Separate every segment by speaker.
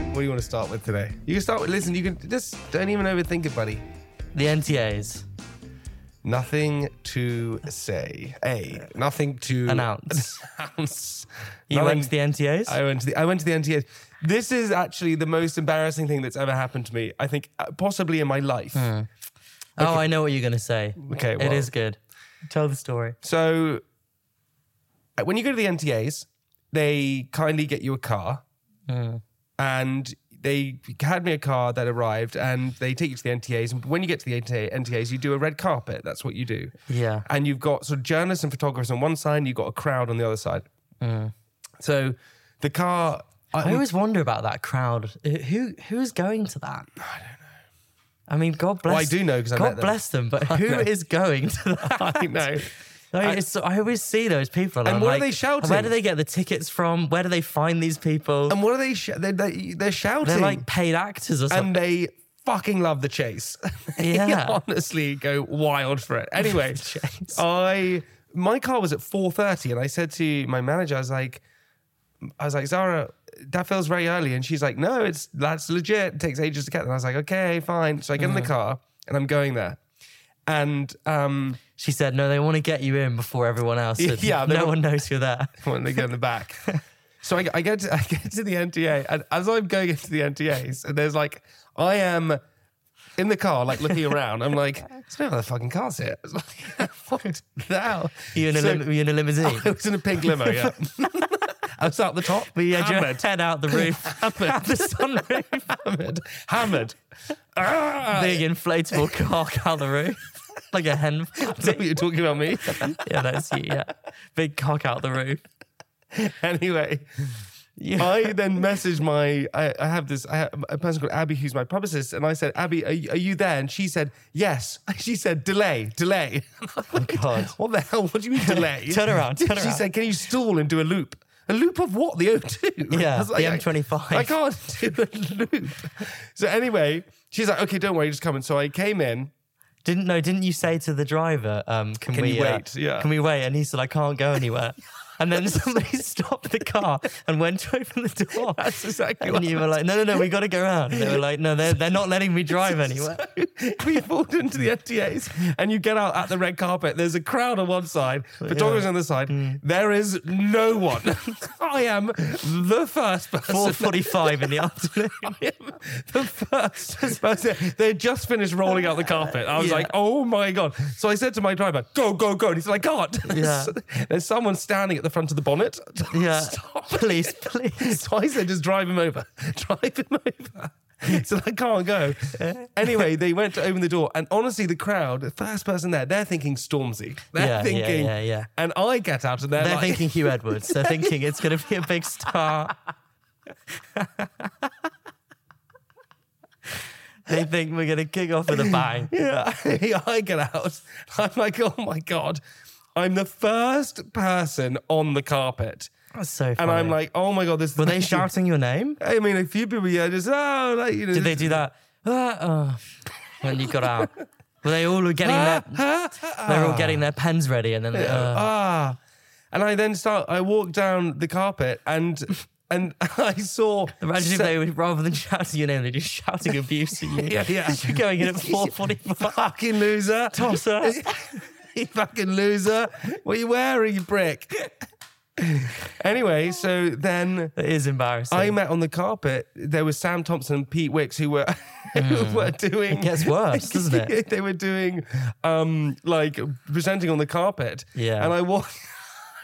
Speaker 1: What do you want to start with today? You can start with listen. You can just don't even overthink it, buddy.
Speaker 2: The NTAs
Speaker 1: Nothing to say. A. Nothing to
Speaker 2: announce.
Speaker 1: announce.
Speaker 2: You
Speaker 1: Nothing-
Speaker 2: went to the NTAs?
Speaker 1: I went to the I went to the NTAs. This is actually the most embarrassing thing that's ever happened to me. I think uh, possibly in my life.
Speaker 2: Hmm. Oh, I know what you're going to say.
Speaker 1: Okay,
Speaker 2: it
Speaker 1: well.
Speaker 2: is good. Tell the story.
Speaker 1: So uh, when you go to the NTAs, they kindly get you a car,
Speaker 2: Mm.
Speaker 1: and they had me a car that arrived, and they take you to the NTAs. And when you get to the NTA NTAs, you do a red carpet. That's what you do.
Speaker 2: Yeah.
Speaker 1: and you've got sort of journalists and photographers on one side, and you've got a crowd on the other side. So the car,
Speaker 2: I
Speaker 1: I,
Speaker 2: always wonder about that crowd. Who who is going to that? I don't know. I mean, God bless.
Speaker 1: I do know 'cause I
Speaker 2: God
Speaker 1: met them.
Speaker 2: bless them, but who is going to that?
Speaker 1: I know.
Speaker 2: I, mean, it's, I always see those people, and,
Speaker 1: And
Speaker 2: I'm
Speaker 1: what are
Speaker 2: like,
Speaker 1: they shouting?
Speaker 2: Where do they get the tickets from? Where do they find these people?
Speaker 1: And what are they? Sh- they're, they they're shouting,
Speaker 2: They're like paid actors or something.
Speaker 1: and they fucking love the chase. They
Speaker 2: Yeah.
Speaker 1: honestly, go wild for it. Anyway, I my car was at four thirty, and I said to my manager, I was like, I was like, Zara, that feels very early. And she's like, no, it's that's legit. It takes ages to get there. And I was like, okay, fine. So I get in the car and I'm going there. And um,
Speaker 2: she said, "No, they want to get you in before everyone else. and
Speaker 1: Yeah, they
Speaker 2: no
Speaker 1: want-
Speaker 2: one knows you're there."
Speaker 1: when they go in the back. So I, I get to, I get to the NTA, and as I'm going into the NTAs, and there's like I am in the car, like looking around. I'm like, there's no other fucking cars here. It's like, what the hell?
Speaker 2: You in a
Speaker 1: So
Speaker 2: lim- you in a limousine?
Speaker 1: I was in a pink limo. Yeah, I was at the top.
Speaker 2: But you had your
Speaker 1: hammered,
Speaker 2: head out the roof, out the sunroof,
Speaker 1: hammered, hammered. Ah!
Speaker 2: big inflatable cock out the roof, like a hen.
Speaker 1: Is that what you're talking about me?
Speaker 2: yeah, that's you. Yeah, big cock out the roof.
Speaker 1: anyway,
Speaker 2: Yeah.
Speaker 1: I then messaged my, I, I have this, I have a person called Abby who's my publicist, and I said, Abby, are, you- are you there? And she said, yes. She said, delay, delay. oh,
Speaker 2: God.
Speaker 1: What the hell? What do you mean delay?
Speaker 2: Turn around, turn
Speaker 1: She
Speaker 2: around.
Speaker 1: said, can you stall and do a loop? A loop of what? The O2?
Speaker 2: Yeah,
Speaker 1: I was like,
Speaker 2: the M25.
Speaker 1: I can't do a loop. So anyway, she's like, okay, don't worry, just come in. So I came in.
Speaker 2: Didn't no? Didn't you say to the driver, um, "Can,
Speaker 1: Can
Speaker 2: we
Speaker 1: you
Speaker 2: uh,
Speaker 1: wait? Yeah.
Speaker 2: Can we wait?" And he said, "I can't go anywhere." And then somebody stopped the car and went to open the door.
Speaker 1: That's exactly
Speaker 2: and
Speaker 1: what
Speaker 2: you were like, "No, no, no, we got to go around." And they were like, "No, they're, they're not letting me drive anywhere."
Speaker 1: we walked into the FTAs and you get out at the red carpet. There's a crowd on one side, photographers on the side. There is no one. I am the first person.
Speaker 2: Four forty-five in the afternoon.
Speaker 1: I am the first person. They just finished rolling out the carpet. I was
Speaker 2: Yeah.
Speaker 1: like, oh my God. So I said to my driver, go, go, go. And he said, I can't.
Speaker 2: Yeah.
Speaker 1: There's someone standing at the front of the bonnet.
Speaker 2: Yeah,
Speaker 1: Stop.
Speaker 2: please, please.
Speaker 1: So I said, just drive him over. Drive him over. So I can't go. Anyway, they went to open the door, and honestly, the crowd, the first person there, they're thinking Stormzy. They're
Speaker 2: Yeah, yeah,
Speaker 1: thinking,
Speaker 2: yeah, yeah.
Speaker 1: And I get out of there.
Speaker 2: They're
Speaker 1: like,
Speaker 2: thinking Hugh Edwards. They're thinking it's going to be a big star. they think we're going to kick off with a bang.
Speaker 1: yeah, I get out. I'm like, oh my god, I'm the first person on the carpet,
Speaker 2: That's so funny.
Speaker 1: and I'm like, oh my god, this.
Speaker 2: were they shouting your name?
Speaker 1: I mean, a few people, yeah, just oh, like you know.
Speaker 2: Did they do that? Ah, oh, when you got out, were they all getting their? They're all getting their pens ready, and then they, uh,
Speaker 1: ah. And I then start. I walk down the carpet, and and I saw.
Speaker 2: imagine if
Speaker 1: se-
Speaker 2: they were rather than shouting your name, they're just shouting abuse at you.
Speaker 1: Yeah, yeah.
Speaker 2: You're going in at four forty-five.
Speaker 1: fucking loser.
Speaker 2: Tosser.
Speaker 1: you fucking loser. What are you wearing, you brick? anyway, so then
Speaker 2: It is embarrassing.
Speaker 1: I met on the carpet. There was Sam Thompson and Pete Wicks who were who were doing.
Speaker 2: Hmm. It gets worse, doesn't it?
Speaker 1: they were doing um like presenting on the carpet.
Speaker 2: Yeah.
Speaker 1: And I walk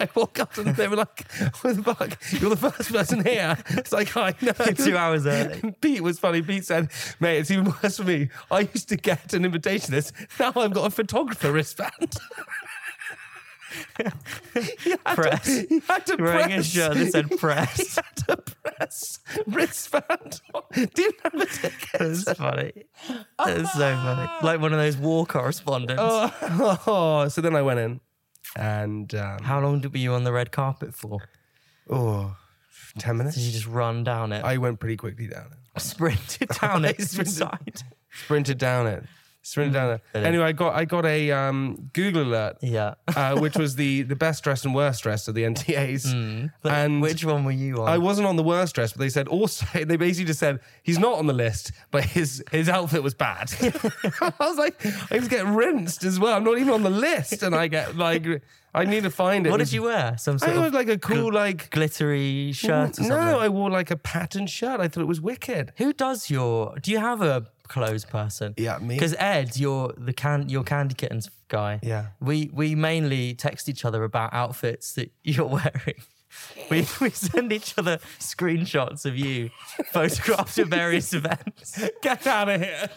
Speaker 1: I walk up to them, they were like, What the fuck? You're the first person here. It's like I know
Speaker 2: Two hours early.
Speaker 1: Pete was funny. Pete said, Mate, it's even worse for me. I used to get an invitation to this. Now I've got a photographer wristband.
Speaker 2: press.
Speaker 1: He had to
Speaker 2: He Wearing a
Speaker 1: press.
Speaker 2: shirt that said
Speaker 1: He
Speaker 2: press.
Speaker 1: had a press wristband. on. Didn't have a ticket.
Speaker 2: That's funny. That's so funny. Like one of those war correspondents.
Speaker 1: Ah. Oh, so then I went in, and um,
Speaker 2: How long did- were you on the red carpet for?
Speaker 1: oh, ten
Speaker 2: Did
Speaker 1: minutes.
Speaker 2: you just run down it?
Speaker 1: I went pretty quickly down it.
Speaker 2: sprinted down it.
Speaker 1: sprinted.
Speaker 2: Inside.
Speaker 1: sprinted down it. Sprinted down it. Anyway, I got I got a um, Google alert,
Speaker 2: Mm. Yeah.
Speaker 1: uh, which was the the best dressed and worst dressed of the NTAs.
Speaker 2: Mm. But
Speaker 1: And
Speaker 2: which one were you on?
Speaker 1: I wasn't on the worst dressed, but they said also they basically just said he's not on the list, but his his outfit was bad. I was like, I just get rinsed as well. I'm not even on the list, and I get like I need to find it.
Speaker 2: what did you wear? Some sort
Speaker 1: I was
Speaker 2: of
Speaker 1: like a cool like
Speaker 2: glittery shirt or something.
Speaker 1: No, I wore like a patterned shirt. I thought it was wicked.
Speaker 2: Who does your? Do you have a clothes person?
Speaker 1: Yeah, me.
Speaker 2: Because Ed, you're the can your candy kittens guy.
Speaker 1: Yeah.
Speaker 2: We we mainly text each other about outfits that you're wearing. We, we send each other screenshots of you photographed at various events.
Speaker 1: Get out of here.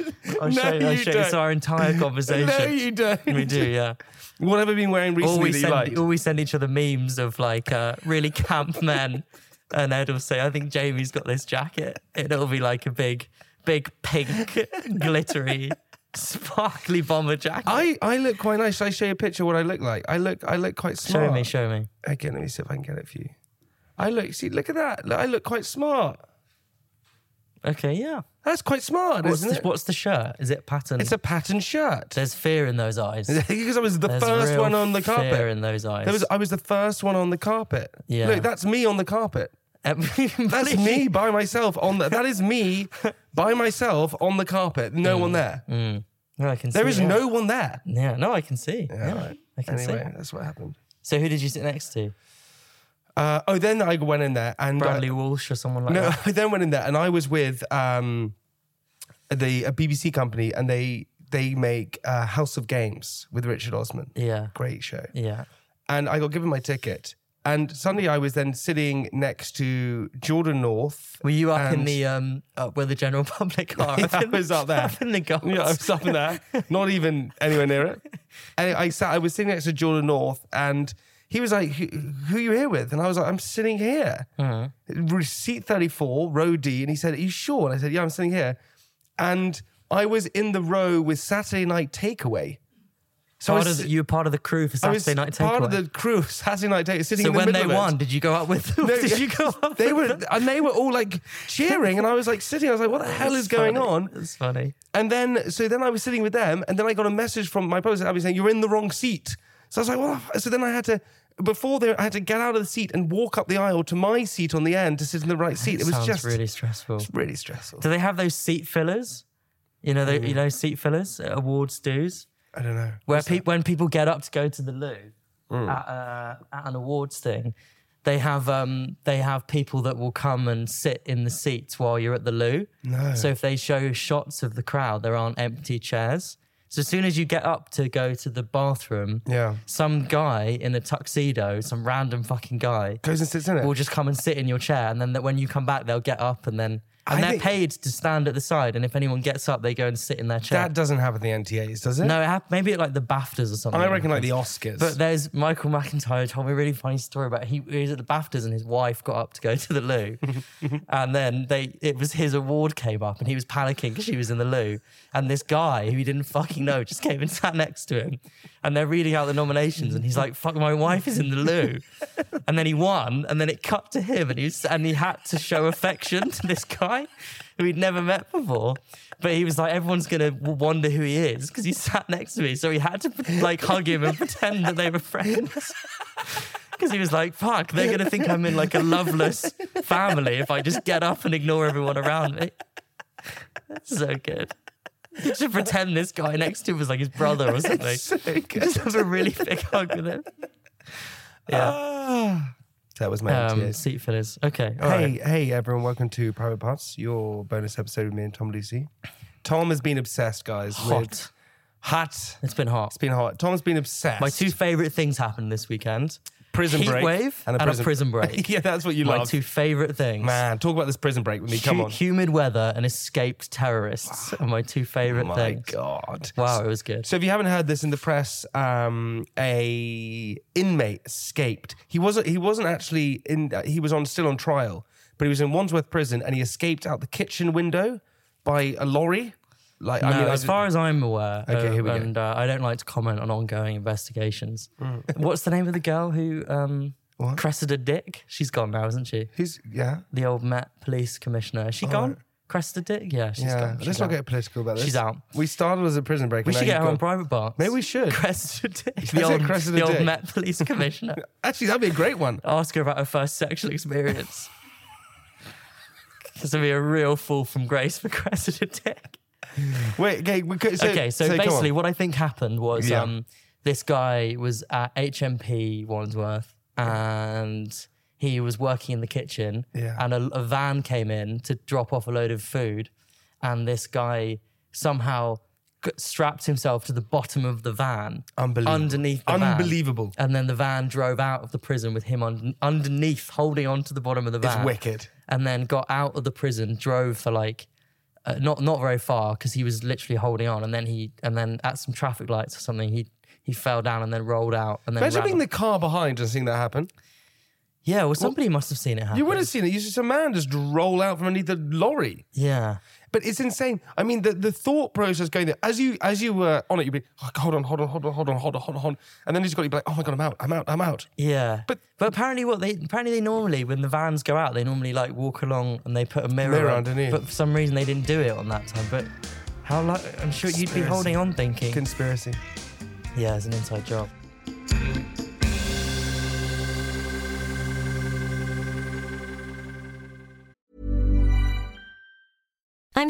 Speaker 1: no,
Speaker 2: I'll show you, I'll
Speaker 1: you
Speaker 2: show you
Speaker 1: don't.
Speaker 2: it's our entire conversation.
Speaker 1: No, you don't.
Speaker 2: we do, yeah.
Speaker 1: What have I been wearing
Speaker 2: Or
Speaker 1: recently
Speaker 2: we,
Speaker 1: that you
Speaker 2: send,
Speaker 1: like?
Speaker 2: or we send each other memes of like uh, really camp men, and Ed will say, "I think Jamie's got this jacket." And it'll be like a big, big pink, glittery, sparkly bomber jacket.
Speaker 1: I, I look quite nice. Should I show you a picture of what I look like? I look I look quite
Speaker 2: show
Speaker 1: smart.
Speaker 2: me, show me.
Speaker 1: Okay, let me see if I can get it for you. I look see, look at that. Look, I look quite smart.
Speaker 2: Okay, yeah.
Speaker 1: That's quite smart,
Speaker 2: What's
Speaker 1: isn't
Speaker 2: the,
Speaker 1: it?
Speaker 2: what's the shirt? Is it pattern?
Speaker 1: It's a patterned shirt.
Speaker 2: There's fear in those eyes.
Speaker 1: because I was the
Speaker 2: There's
Speaker 1: first
Speaker 2: real
Speaker 1: one on the
Speaker 2: Fear
Speaker 1: carpet.
Speaker 2: in those eyes.
Speaker 1: There was I was the first one on the carpet.
Speaker 2: Yeah.
Speaker 1: Look, that's me on the carpet. That's me by myself on the. That is me by myself on the carpet.
Speaker 2: Mm.
Speaker 1: No one there.
Speaker 2: No, I can
Speaker 1: There
Speaker 2: see.
Speaker 1: is
Speaker 2: yeah.
Speaker 1: no one there.
Speaker 2: Yeah, no, I can see. Yeah,
Speaker 1: right.
Speaker 2: I Mm. can
Speaker 1: Anyway,
Speaker 2: see.
Speaker 1: that's what happened.
Speaker 2: So who did you sit next to?
Speaker 1: Uh, oh, then I went in there and uh,
Speaker 2: Bradley Walsh or someone like
Speaker 1: no,
Speaker 2: that?
Speaker 1: I then went in there and I was with um, the a BBC company and they they make uh, House of Games with Richard Osman.
Speaker 2: Yeah.
Speaker 1: Great show.
Speaker 2: Yeah.
Speaker 1: And I got given my ticket. And suddenly I was then sitting next to Jordan North.
Speaker 2: Were you up in
Speaker 1: and-
Speaker 2: the um up where the general public are?
Speaker 1: Yeah, I was up there.
Speaker 2: Up in the goals.
Speaker 1: Yeah, I was up in there, not even anywhere near it. And I sat, I was sitting next to Jordan North, and he was like, "Who, who are you here with?" And I was like, "I'm sitting here,
Speaker 2: Uh-huh.
Speaker 1: seat 34, row D." And he said, "Are you sure?" And I said, "Yeah, I'm sitting here." And I was in the row with Saturday Night Takeaway. So
Speaker 2: part
Speaker 1: I was,
Speaker 2: of the, you were part of the crew for
Speaker 1: I was
Speaker 2: Saturday Night Takeaway.
Speaker 1: part of the crew of Saturday Night Takeaway, sitting
Speaker 2: so
Speaker 1: in the
Speaker 2: when they
Speaker 1: middle of it.
Speaker 2: won, did you go up with them?
Speaker 1: No,
Speaker 2: did you go up?
Speaker 1: They were and they were all like cheering, and I was like sitting. I was like, "What the hell is going on?"
Speaker 2: It's funny.
Speaker 1: And then, so then I was sitting with them, and then I got a message from my brother. I was saying, "You're in the wrong seat." So I was like, "Well," so then I had to. Before there, I had to get out of the seat and walk up the aisle to my seat on the end to sit in the right seat. It was
Speaker 2: Sounds
Speaker 1: just
Speaker 2: really stressful.
Speaker 1: really stressful.
Speaker 2: Do they have those seat fillers? You know,
Speaker 1: Mm.
Speaker 2: the, you know, seat fillers at awards dues,
Speaker 1: I don't know.
Speaker 2: where pe- when people get up to go to the loo
Speaker 1: Hmm.
Speaker 2: at, uh, at an awards thing, they have um, they have people that will come and sit in the seats while you're at the loo.
Speaker 1: No.
Speaker 2: So if they show shots of the crowd, there aren't empty chairs. So as soon as you get up to go to the bathroom,
Speaker 1: Yeah.
Speaker 2: some guy in a tuxedo, some random fucking guy,
Speaker 1: Goes and sits in it.
Speaker 2: will just come and sit in your chair, and then that when you come back, they'll get up, and then and
Speaker 1: I
Speaker 2: they're
Speaker 1: think-
Speaker 2: paid to stand at the side, and if anyone gets up, they go and sit in their chair.
Speaker 1: that doesn't happen at the NTAs, does it?
Speaker 2: no, it hap- maybe at like the BAFTAs or something.
Speaker 1: I reckon like the Oscars.
Speaker 2: But there's Michael McIntyre told me a really funny story about he, he was at the BAFTAs and his wife got up to go to the loo, and then they it was his award came up and he was panicking because she was in the loo, and this guy who he didn't fucking know just came and sat next to him, and they're reading out the nominations and he's like, "Fuck, my wife is in the loo," and then he won, and then it cut to him and he was, and he had to show affection to this guy who he'd never met before. But he was like, everyone's gonna w- wonder who he is because he sat next to me. So he had to like hug him and pretend that they were friends. Because he was like, fuck, they're gonna think I'm in like a loveless family if I just get up and ignore everyone around me. So good. You should pretend this guy next to him was like his brother or something.
Speaker 1: So good.
Speaker 2: Just have a really big hug with him. Yeah.
Speaker 1: Ah. that was my
Speaker 2: Um,
Speaker 1: NTAs.
Speaker 2: seat fillers. Okay. all right.
Speaker 1: Hey, hey, everyone! Welcome to Private Parts, your bonus episode with me and Tom Lucy. Tom has been obsessed, guys. With
Speaker 2: Hot.
Speaker 1: hot.
Speaker 2: It's been hot.
Speaker 1: It's been hot. Tom's been obsessed.
Speaker 2: My two favorite things happened this weekend.
Speaker 1: prison
Speaker 2: Heat
Speaker 1: break
Speaker 2: wave and a prison, break.
Speaker 1: yeah, that's what you
Speaker 2: My
Speaker 1: love.
Speaker 2: two favorite things.
Speaker 1: Man, talk about this prison break with me. Come
Speaker 2: Hu-
Speaker 1: on.
Speaker 2: Humid weather and escaped terrorists are my two favorite
Speaker 1: My
Speaker 2: things.
Speaker 1: God.
Speaker 2: Wow, it was good.
Speaker 1: So if you haven't heard this in the press, um, a inmate escaped. He wasn't. He wasn't actually in. uh, He was on still on trial, but he was in Wandsworth prison, and he escaped out the kitchen window by a lorry. Like
Speaker 2: No,
Speaker 1: I mean,
Speaker 2: as far as I'm aware,
Speaker 1: Okay,
Speaker 2: uh,
Speaker 1: here we go.
Speaker 2: and uh, I don't like to comment on ongoing investigations.
Speaker 1: Mm.
Speaker 2: What's the name of the girl who um, Cressida Dick? She's gone now, isn't she?
Speaker 1: he's yeah,
Speaker 2: The old Met police commissioner. Is she gone? Cressida Dick? Yeah, she's
Speaker 1: Oh, yeah.
Speaker 2: gone. She's
Speaker 1: Let's
Speaker 2: out.
Speaker 1: not get political about this.
Speaker 2: She's out.
Speaker 1: We started as a prison break.
Speaker 2: We should get her on private bar.
Speaker 1: Maybe we should.
Speaker 2: Cressida Dick.
Speaker 1: it,
Speaker 2: The old,
Speaker 1: Cressida
Speaker 2: the old
Speaker 1: Dick.
Speaker 2: Met police commissioner.
Speaker 1: Actually, that'd be a great one.
Speaker 2: Ask her about her first sexual experience. This will be a real fall from grace for Cressida Dick.
Speaker 1: Wait, okay. We could, so,
Speaker 2: okay, so,
Speaker 1: come on.
Speaker 2: basically, what I think happened was
Speaker 1: Yeah.
Speaker 2: um, this guy was at HMP Wandsworth and he was working in the kitchen,
Speaker 1: Yeah.
Speaker 2: and a, a van came in to drop off a load of food, and this guy somehow g- strapped himself to the bottom of the van
Speaker 1: Unbelievable.
Speaker 2: underneath the van.
Speaker 1: Unbelievable.
Speaker 2: and then the van drove out of the prison with him un- underneath holding onto the bottom of the
Speaker 1: it's
Speaker 2: van
Speaker 1: wicked.
Speaker 2: and then got out of the prison, drove for like uh, not not very far because he was literally holding on, and then he and then at some traffic lights or something, he he fell down and then rolled out and then
Speaker 1: Imagine
Speaker 2: ran
Speaker 1: being
Speaker 2: off.
Speaker 1: the car behind and seeing that happen.
Speaker 2: yeah. Well, somebody must have seen it happen.
Speaker 1: You would have seen it. You see a man just roll out from underneath the lorry.
Speaker 2: yeah.
Speaker 1: But it's insane. I mean, the, the thought process going there as you as you were on it, you'd be oh, hold on, hold on, hold on, hold on, hold on, hold on, hold on, and then you just got to be like, oh my god, I'm out, I'm out, I'm out.
Speaker 2: Yeah,
Speaker 1: But-
Speaker 2: but apparently what they apparently they normally when the vans go out they normally like walk along and they put a mirror,
Speaker 1: Mirror
Speaker 2: on,
Speaker 1: underneath.
Speaker 2: But for some reason they didn't do it on that time. But how like I'm sure you'd be
Speaker 1: Conspiracy.
Speaker 2: holding on thinking,
Speaker 1: Conspiracy.
Speaker 2: yeah, it's an inside job.
Speaker 3: I'm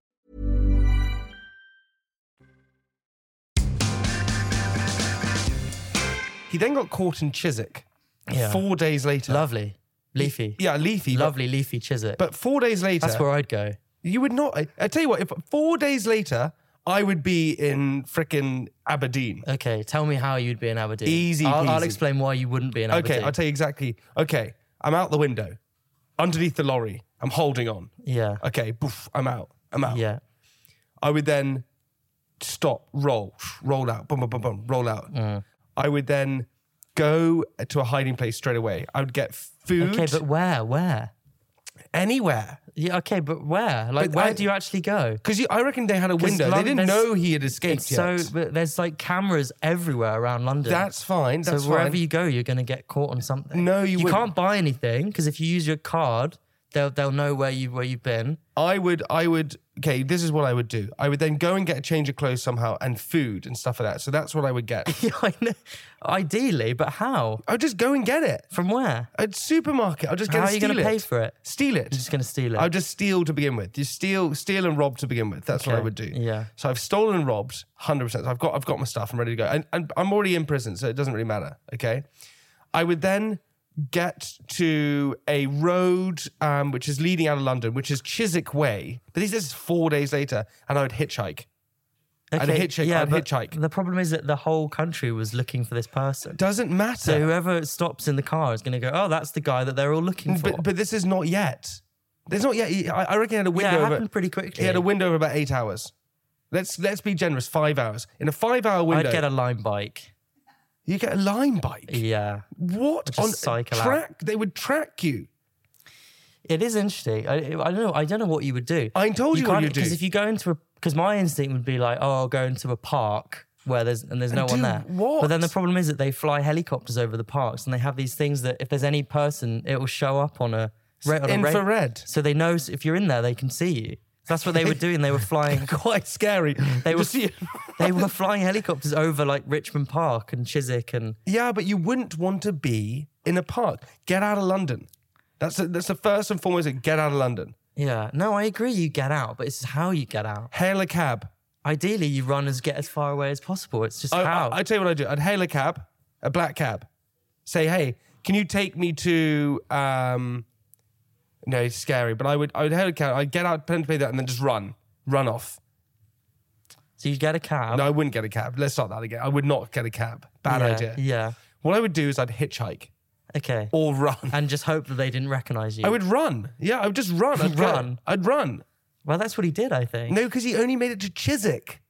Speaker 1: He then got caught in Chiswick.
Speaker 2: Yeah.
Speaker 1: Four days later.
Speaker 2: Lovely, leafy,
Speaker 1: Yeah, Leafy. but-
Speaker 2: lovely leafy Chiswick.
Speaker 1: But, four days later,
Speaker 2: That's where I'd go.
Speaker 1: you would not. I, I tell you what, if four days later, I would be in frickin' Aberdeen.
Speaker 2: Okay, tell me how you'd be in Aberdeen.
Speaker 1: Easy
Speaker 2: I'll, I'll
Speaker 1: peasy.
Speaker 2: explain why you wouldn't be in Aberdeen.
Speaker 1: Okay, I'll tell you exactly. Okay, I'm out the window, underneath the lorry. I'm holding on.
Speaker 2: yeah,
Speaker 1: Okay, boof, I'm out. I'm out.
Speaker 2: yeah,
Speaker 1: I would then stop, roll, roll out, boom, boom, boom, boom, roll out.
Speaker 2: Uh.
Speaker 1: I would then go to a hiding place straight away. I would get food
Speaker 2: Okay, but where? Where?
Speaker 1: anywhere
Speaker 2: Yeah. Okay, but where? Like,
Speaker 1: But
Speaker 2: where
Speaker 1: I-
Speaker 2: do you actually go?
Speaker 1: because I reckon they had a
Speaker 2: 'Cause
Speaker 1: window.
Speaker 2: Lon-
Speaker 1: they didn't
Speaker 2: there's-
Speaker 1: know he had escaped
Speaker 2: it's
Speaker 1: yet.
Speaker 2: So but there's like cameras everywhere around London.
Speaker 1: that's fine.
Speaker 2: so
Speaker 1: That's
Speaker 2: wherever
Speaker 1: fine.
Speaker 2: you go, you're going to get caught on something.
Speaker 1: No, you
Speaker 2: you
Speaker 1: wouldn't.
Speaker 2: can't buy anything because if you use your card, they'll they'll know where you where you've been.
Speaker 1: I would, I would, okay, this is what I would do. I would then go and get a change of clothes somehow and food and stuff like that. So that's what I would get.
Speaker 2: Yeah, I know. Ideally, but how?
Speaker 1: I would just go and get it.
Speaker 2: From where?
Speaker 1: At supermarket, I'll just get
Speaker 2: How
Speaker 1: and
Speaker 2: are you
Speaker 1: steal
Speaker 2: going to
Speaker 1: it.
Speaker 2: pay for it?
Speaker 1: Steal it.
Speaker 2: You're just going to steal it.
Speaker 1: I'll just steal to begin with. You steal, steal and rob to begin with. That's what I
Speaker 2: Okay,
Speaker 1: would do.
Speaker 2: yeah.
Speaker 1: So I've stolen and robbed, hundred percent. I've got, I've got my stuff. I'm ready to go, and, and I'm already in prison, so it doesn't really matter. Okay. I would then get to a road um, which is leading out of London, which is Chiswick Way. But this is four days later, and I would hitchhike. I'd hitchhike- I'd
Speaker 2: but
Speaker 1: hitchhike.
Speaker 2: The problem is that the whole country was looking for this person.
Speaker 1: Doesn't matter.
Speaker 2: So whoever stops in the car is going to go, oh, that's the guy that they're all looking for.
Speaker 1: but, but this is not yet. There's not yet. I, I reckon he had a window.
Speaker 2: yeah, it
Speaker 1: of a-
Speaker 2: happened pretty quickly.
Speaker 1: he had a window of about eight hours. Let's let's be generous. Five hours in a five-hour window.
Speaker 2: I'd get a line bike.
Speaker 1: You get a line bike.
Speaker 2: Yeah.
Speaker 1: What
Speaker 2: Just
Speaker 1: on
Speaker 2: cycle out.
Speaker 1: track? They would track you.
Speaker 2: It is interesting. I, I don't know. I don't know what you would do.
Speaker 1: I told you what you'd do.
Speaker 2: Because if you go into a, because my instinct would be like, oh, I'll go into a park where there's and there's no
Speaker 1: do
Speaker 2: one there.
Speaker 1: what?
Speaker 2: But then the problem is that they fly helicopters over the parks and they have these things that if there's any person, it will show up on a ra- on a ra-
Speaker 1: Infrared.
Speaker 2: so they know s- if you're in there, they can see you. That's what they were doing. They were flying.
Speaker 1: Quite scary.
Speaker 2: They were
Speaker 1: Just see-
Speaker 2: they were flying helicopters over like Richmond Park and Chiswick and
Speaker 1: Yeah, but you wouldn't want to be in a park. Get out of London. That's the, that's the first and foremost. Get out of London.
Speaker 2: yeah. No, I agree. You get out, but it's how you get out.
Speaker 1: Hail a cab.
Speaker 2: Ideally, you run as get as far away as possible. It's just
Speaker 1: Oh, I,
Speaker 2: how.
Speaker 1: I, I tell you what I do. I'd hail a cab, a black cab. Say, hey, can you take me to? um No, it's scary. But I would I would hail a cab. I'd get out, pretend to pay that, and then just run, run off.
Speaker 2: so you get a cab.
Speaker 1: No, I wouldn't get a cab. Let's start that again. I would not get a cab. Bad
Speaker 2: yeah,
Speaker 1: idea.
Speaker 2: Yeah.
Speaker 1: What I would do is I'd hitchhike
Speaker 2: Okay.
Speaker 1: or run.
Speaker 2: And just hope that they didn't recognize you.
Speaker 1: I would run. Yeah, I would just run. I'd go.
Speaker 2: Run.
Speaker 1: I'd run.
Speaker 2: well, that's what he did, I think.
Speaker 1: No, because he only made it to Chiswick.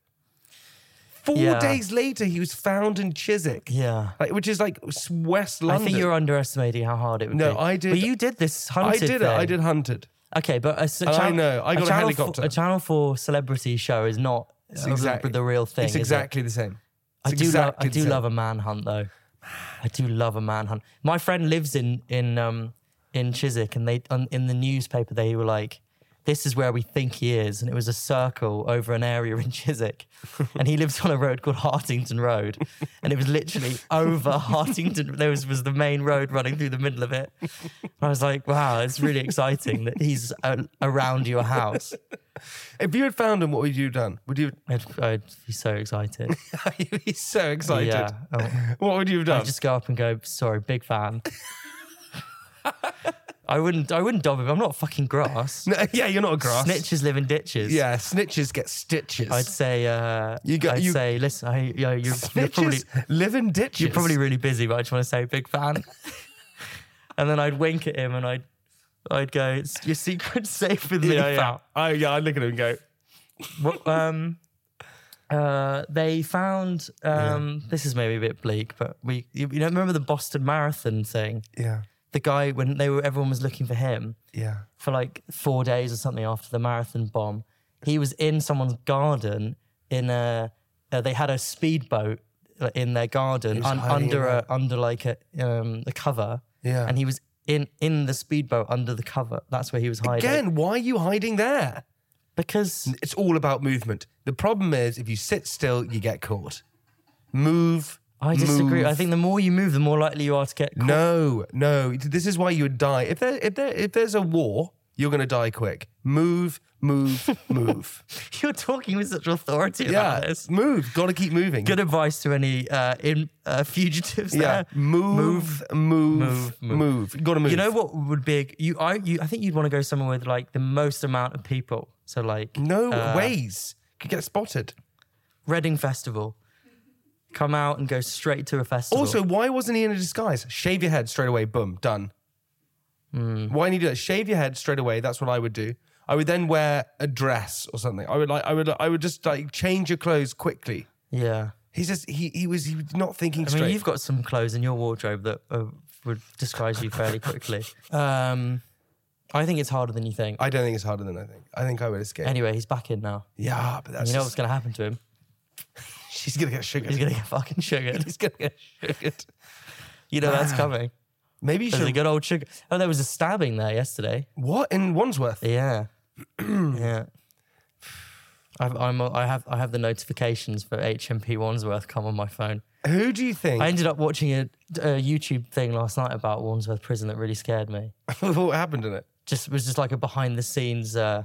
Speaker 1: Four
Speaker 2: Yeah.
Speaker 1: days later, he was found in Chiswick.
Speaker 2: Yeah.
Speaker 1: Like, which is like s- West London.
Speaker 2: I think you're underestimating how hard it would
Speaker 1: No,
Speaker 2: be.
Speaker 1: I did-
Speaker 2: But you did this
Speaker 1: I
Speaker 2: hunted
Speaker 1: did it.
Speaker 2: thing.
Speaker 1: I did hunted.
Speaker 2: Okay, but a, s- a
Speaker 1: I
Speaker 2: chan-
Speaker 1: know, I got a
Speaker 2: channel
Speaker 1: helicopter.
Speaker 2: Four, a Channel Four celebrity show is not
Speaker 1: It's
Speaker 2: uh,
Speaker 1: exactly-
Speaker 2: the real thing.
Speaker 1: It's
Speaker 2: is it?
Speaker 1: exactly the same.
Speaker 2: I
Speaker 1: It's
Speaker 2: do love.
Speaker 1: exactly
Speaker 2: I
Speaker 1: the
Speaker 2: do
Speaker 1: same.
Speaker 2: love a manhunt though. I do love a manhunt. My friend lives in in um in Chiswick, and they on, in the newspaper they were like, "This is where we think he is," and it was a circle over an area in Chiswick, and he lives on a road called Hartington Road, and it was literally over Hartington. There was was the main road running through the middle of it. And I was like, "Wow, it's really exciting that he's uh, around your house."
Speaker 1: If you had found him, what would you have done? Would you?
Speaker 2: I'd, I'd be so excited.
Speaker 1: He's so excited.
Speaker 2: Yeah. Oh.
Speaker 1: What would you have
Speaker 2: I
Speaker 1: done?
Speaker 2: just go up and go, sorry, big fan. I wouldn't I wouldn't dob him. I'm not fucking grass.
Speaker 1: No, yeah, you're not a grass.
Speaker 2: Snitches live in ditches.
Speaker 1: Yeah, snitches get stitches.
Speaker 2: I'd say uh
Speaker 1: You go-
Speaker 2: I'd
Speaker 1: you-
Speaker 2: say, listen, I, you know, you're,
Speaker 1: snitches
Speaker 2: you're probably
Speaker 1: live in ditches.
Speaker 2: you're probably really busy, but I just want to say big fan. and then I'd wink at him and I'd I'd go, it's your secret safe with me. uh,
Speaker 1: Yeah, yeah.
Speaker 2: pal."
Speaker 1: I, yeah, I'd look at him and go,
Speaker 2: What, um uh, they found um, this is maybe a bit bleak, but we you, you know remember the Boston Marathon thing?
Speaker 1: yeah,
Speaker 2: the guy when they were everyone was looking for him
Speaker 1: yeah.
Speaker 2: for like four days or something after the marathon bomb. He was in someone's garden in a uh, they had a speedboat uh, in their garden un-
Speaker 1: hiding
Speaker 2: under
Speaker 1: in
Speaker 2: a under like a um a cover.
Speaker 1: Yeah.
Speaker 2: and he was in in the speedboat under the cover. That's where he was hiding.
Speaker 1: Again, why are you hiding there?
Speaker 2: because
Speaker 1: It's all about movement. The problem is, if you sit still, you get caught. Move.
Speaker 2: I disagree.
Speaker 1: move.
Speaker 2: I think the more you move, the more likely you are to get. Caught.
Speaker 1: No, no. This is why you would die. If there, if there, if there's a war, you're gonna die quick. Move, move, move.
Speaker 2: You're talking with such authority about
Speaker 1: yeah,
Speaker 2: this.
Speaker 1: move. Got to keep moving.
Speaker 2: Good advice to any uh, in uh, fugitives.
Speaker 1: yeah,
Speaker 2: there.
Speaker 1: move, move, move,
Speaker 2: Move,
Speaker 1: move.
Speaker 2: move.
Speaker 1: Got to move.
Speaker 2: You know what would be a, you? I you. I think you'd want to go somewhere with like the most amount of people. So like
Speaker 1: No
Speaker 2: uh,
Speaker 1: ways. Could get spotted.
Speaker 2: Reading Festival. Come out and go straight to a festival.
Speaker 1: Also, why wasn't he in a disguise? Shave your head straight away. Boom, done.
Speaker 2: Hmm.
Speaker 1: Why need to do that? Shave your head straight away. That's what I would do. I would then wear a dress or something. I would like. I would. I would just like change your clothes quickly.
Speaker 2: yeah.
Speaker 1: He's just. He. He was. He was not thinking
Speaker 2: I
Speaker 1: straight.
Speaker 2: mean, you've got some clothes in your wardrobe that uh, would disguise you fairly quickly. Um, I think it's harder than you think.
Speaker 1: I don't think it's harder than I think. I think I would escape.
Speaker 2: Anyway, he's back in now.
Speaker 1: yeah, but that's.
Speaker 2: You know what's
Speaker 1: just-
Speaker 2: going to happen to him?
Speaker 1: she's gonna get sugar.
Speaker 2: He's going to get fucking sugared.
Speaker 1: He's gonna get sugared.
Speaker 2: You know that's coming.
Speaker 1: Maybe you
Speaker 2: There's a
Speaker 1: should.
Speaker 2: good old sugar. Oh, there was a stabbing there yesterday.
Speaker 1: What in Wandsworth?
Speaker 2: Yeah, yeah. I've, I'm, uh, I have I have the notifications for HMP Wandsworth come on my phone.
Speaker 1: Who do you think?
Speaker 2: I ended up watching a, a YouTube thing last night about Wandsworth Prison that really scared me.
Speaker 1: what happened in it?
Speaker 2: Just it was just like a behind the scenes, uh,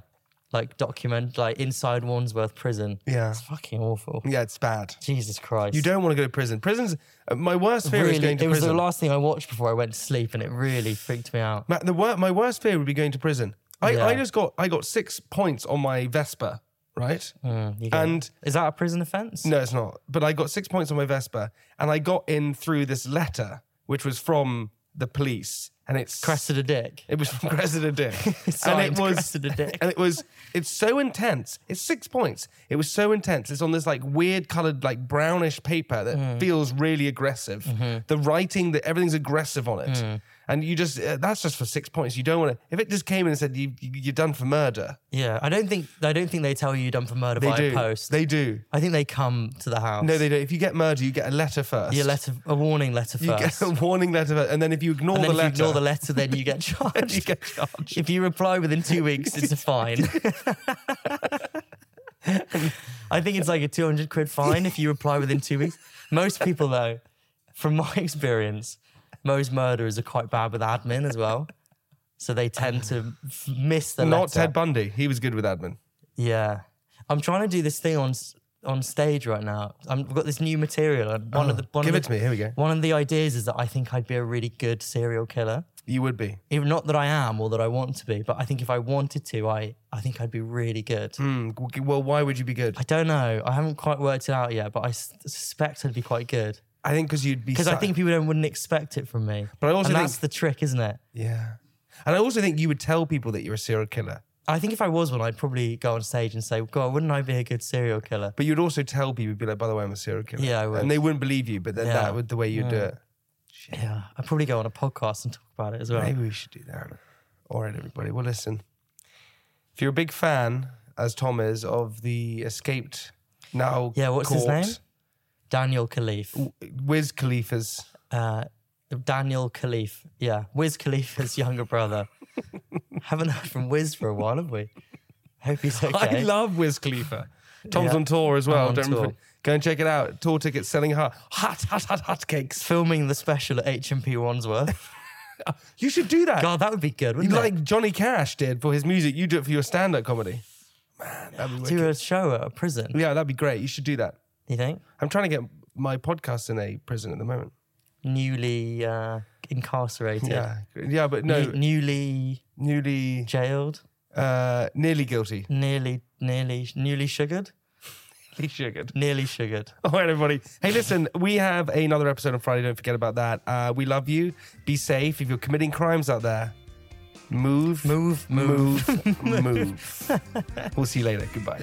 Speaker 2: like document, like inside Wandsworth Prison.
Speaker 1: Yeah.
Speaker 2: it's fucking awful.
Speaker 1: Yeah, it's bad.
Speaker 2: Jesus Christ!
Speaker 1: You don't want to go to prison. Prison's uh, my worst fear
Speaker 2: really.
Speaker 1: is going to
Speaker 2: it was
Speaker 1: prison.
Speaker 2: the last thing I watched before I went to sleep, and it really freaked me out.
Speaker 1: Ma- the wor- my worst fear would be going to prison. I,
Speaker 2: Yeah.
Speaker 1: I just got I got six points on my Vespa, right?
Speaker 2: Mm, you go-
Speaker 1: And
Speaker 2: is that a prison offence?
Speaker 1: no, it's not. But I got six points on my Vespa, and I got in through this letter, which was from the police, and it's
Speaker 2: Cressida Dick.
Speaker 1: It was from Cressida Dick, and
Speaker 2: Signed
Speaker 1: it was
Speaker 2: Cressida Dick.
Speaker 1: and it was it's so intense. It's six points. It was so intense. It's on this like weird coloured like brownish paper that
Speaker 2: Mm.
Speaker 1: feels really aggressive.
Speaker 2: Mm-hmm.
Speaker 1: The writing that everything's aggressive on it,
Speaker 2: Mm.
Speaker 1: and you just uh, that's just for six points. You don't want to. If it just came in and said you, you you're done for murder,
Speaker 2: Yeah, I don't think I don't think they tell you you're done for murder
Speaker 1: they
Speaker 2: by
Speaker 1: do.
Speaker 2: a post.
Speaker 1: They do.
Speaker 2: I think they come to the house.
Speaker 1: No, they don't. If you get murder, you get a letter first.
Speaker 2: Your letter, a warning letter
Speaker 1: You get
Speaker 2: first.
Speaker 1: a warning letter, first, and then if you ignore
Speaker 2: and then
Speaker 1: the
Speaker 2: if
Speaker 1: letter,
Speaker 2: you ignore the letter, then you get charged.
Speaker 1: you get charged.
Speaker 2: If you reply within two weeks, it's a fine. I think it's like a 200 quid fine if you reply within two weeks. Most people, though, from my experience, most murderers are quite bad with admin as well. So they tend to f- miss the
Speaker 1: Not
Speaker 2: letter.
Speaker 1: Ted Bundy. He was good with admin.
Speaker 2: Yeah, I'm trying to do this thing on s- on stage right now. I'm, I've got this new material. and One of the one
Speaker 1: Oh, give
Speaker 2: of
Speaker 1: it
Speaker 2: the-
Speaker 1: to me. Here we go.
Speaker 2: One of the ideas is that I think I'd be a really good serial killer.
Speaker 1: You would be.
Speaker 2: Even not that I am or that I want to be, but I think if I wanted to, I I think I'd be really good.
Speaker 1: Hmm, w- well, why would you be good?
Speaker 2: I don't know. I haven't quite worked it out yet, but I s- suspect I'd be quite good
Speaker 1: I think because you'd be.
Speaker 2: because I
Speaker 1: su-
Speaker 2: think people don't, wouldn't expect it from me.
Speaker 1: But I also
Speaker 2: and
Speaker 1: think-
Speaker 2: that's the trick, isn't it?
Speaker 1: Yeah. And I also think you would tell people that you're a serial killer,
Speaker 2: I think if I was one, I'd probably go on stage and say, "God, wouldn't I be a good serial killer?"
Speaker 1: but you'd also tell people, you'd be like, by the way, I'm a serial killer.
Speaker 2: Yeah, I would.
Speaker 1: And they wouldn't believe you, but then
Speaker 2: Yeah.
Speaker 1: that would the way you do it.
Speaker 2: Yeah, I'd probably go on a podcast and talk about it as well.
Speaker 1: Maybe we should do that. All right, everybody. Well, listen. If you're a big fan, as Tom is, of the escaped now
Speaker 2: Yeah, what's his
Speaker 1: caught
Speaker 2: name? Daniel Khalif.
Speaker 1: Wiz Khalifa's
Speaker 2: Uh, Daniel Khalif. Yeah, Wiz Khalifa's younger brother. Haven't heard from Wiz for a while, have we? Hope he's okay.
Speaker 1: I love Wiz Khalifa. Tom's
Speaker 2: Yeah.
Speaker 1: on tour as well.
Speaker 2: I'm on
Speaker 1: Don't
Speaker 2: tour.
Speaker 1: for- go and check it out. Tour tickets selling hot, hot, hot, hot, hot cakes.
Speaker 2: Filming the special at HMP Wandsworth.
Speaker 1: You should do that.
Speaker 2: God, that would be good,
Speaker 1: You-
Speaker 2: wouldn't it?
Speaker 1: like Johnny Cash did for his music. You do it for your stand-up comedy. Man, that'd be wicked.
Speaker 2: Do a show at a prison.
Speaker 1: yeah, that'd be great. You should do that.
Speaker 2: You think?
Speaker 1: I'm trying to get my podcast in a prison at the moment.
Speaker 2: Newly uh, incarcerated.
Speaker 1: Yeah, yeah, but
Speaker 2: New-
Speaker 1: no,
Speaker 2: newly
Speaker 1: newly,
Speaker 2: jailed.
Speaker 1: uh, nearly guilty,
Speaker 2: Nearly, nearly, newly sugared.
Speaker 1: nearly sugared.
Speaker 2: Nearly sugared.
Speaker 1: All right, everybody. Hey, listen, we have another episode on Friday. Don't forget about that. Uh, we love you. Be safe. If you're committing crimes out there, move,
Speaker 2: Move, move.
Speaker 1: move, move. we'll see you later. Goodbye.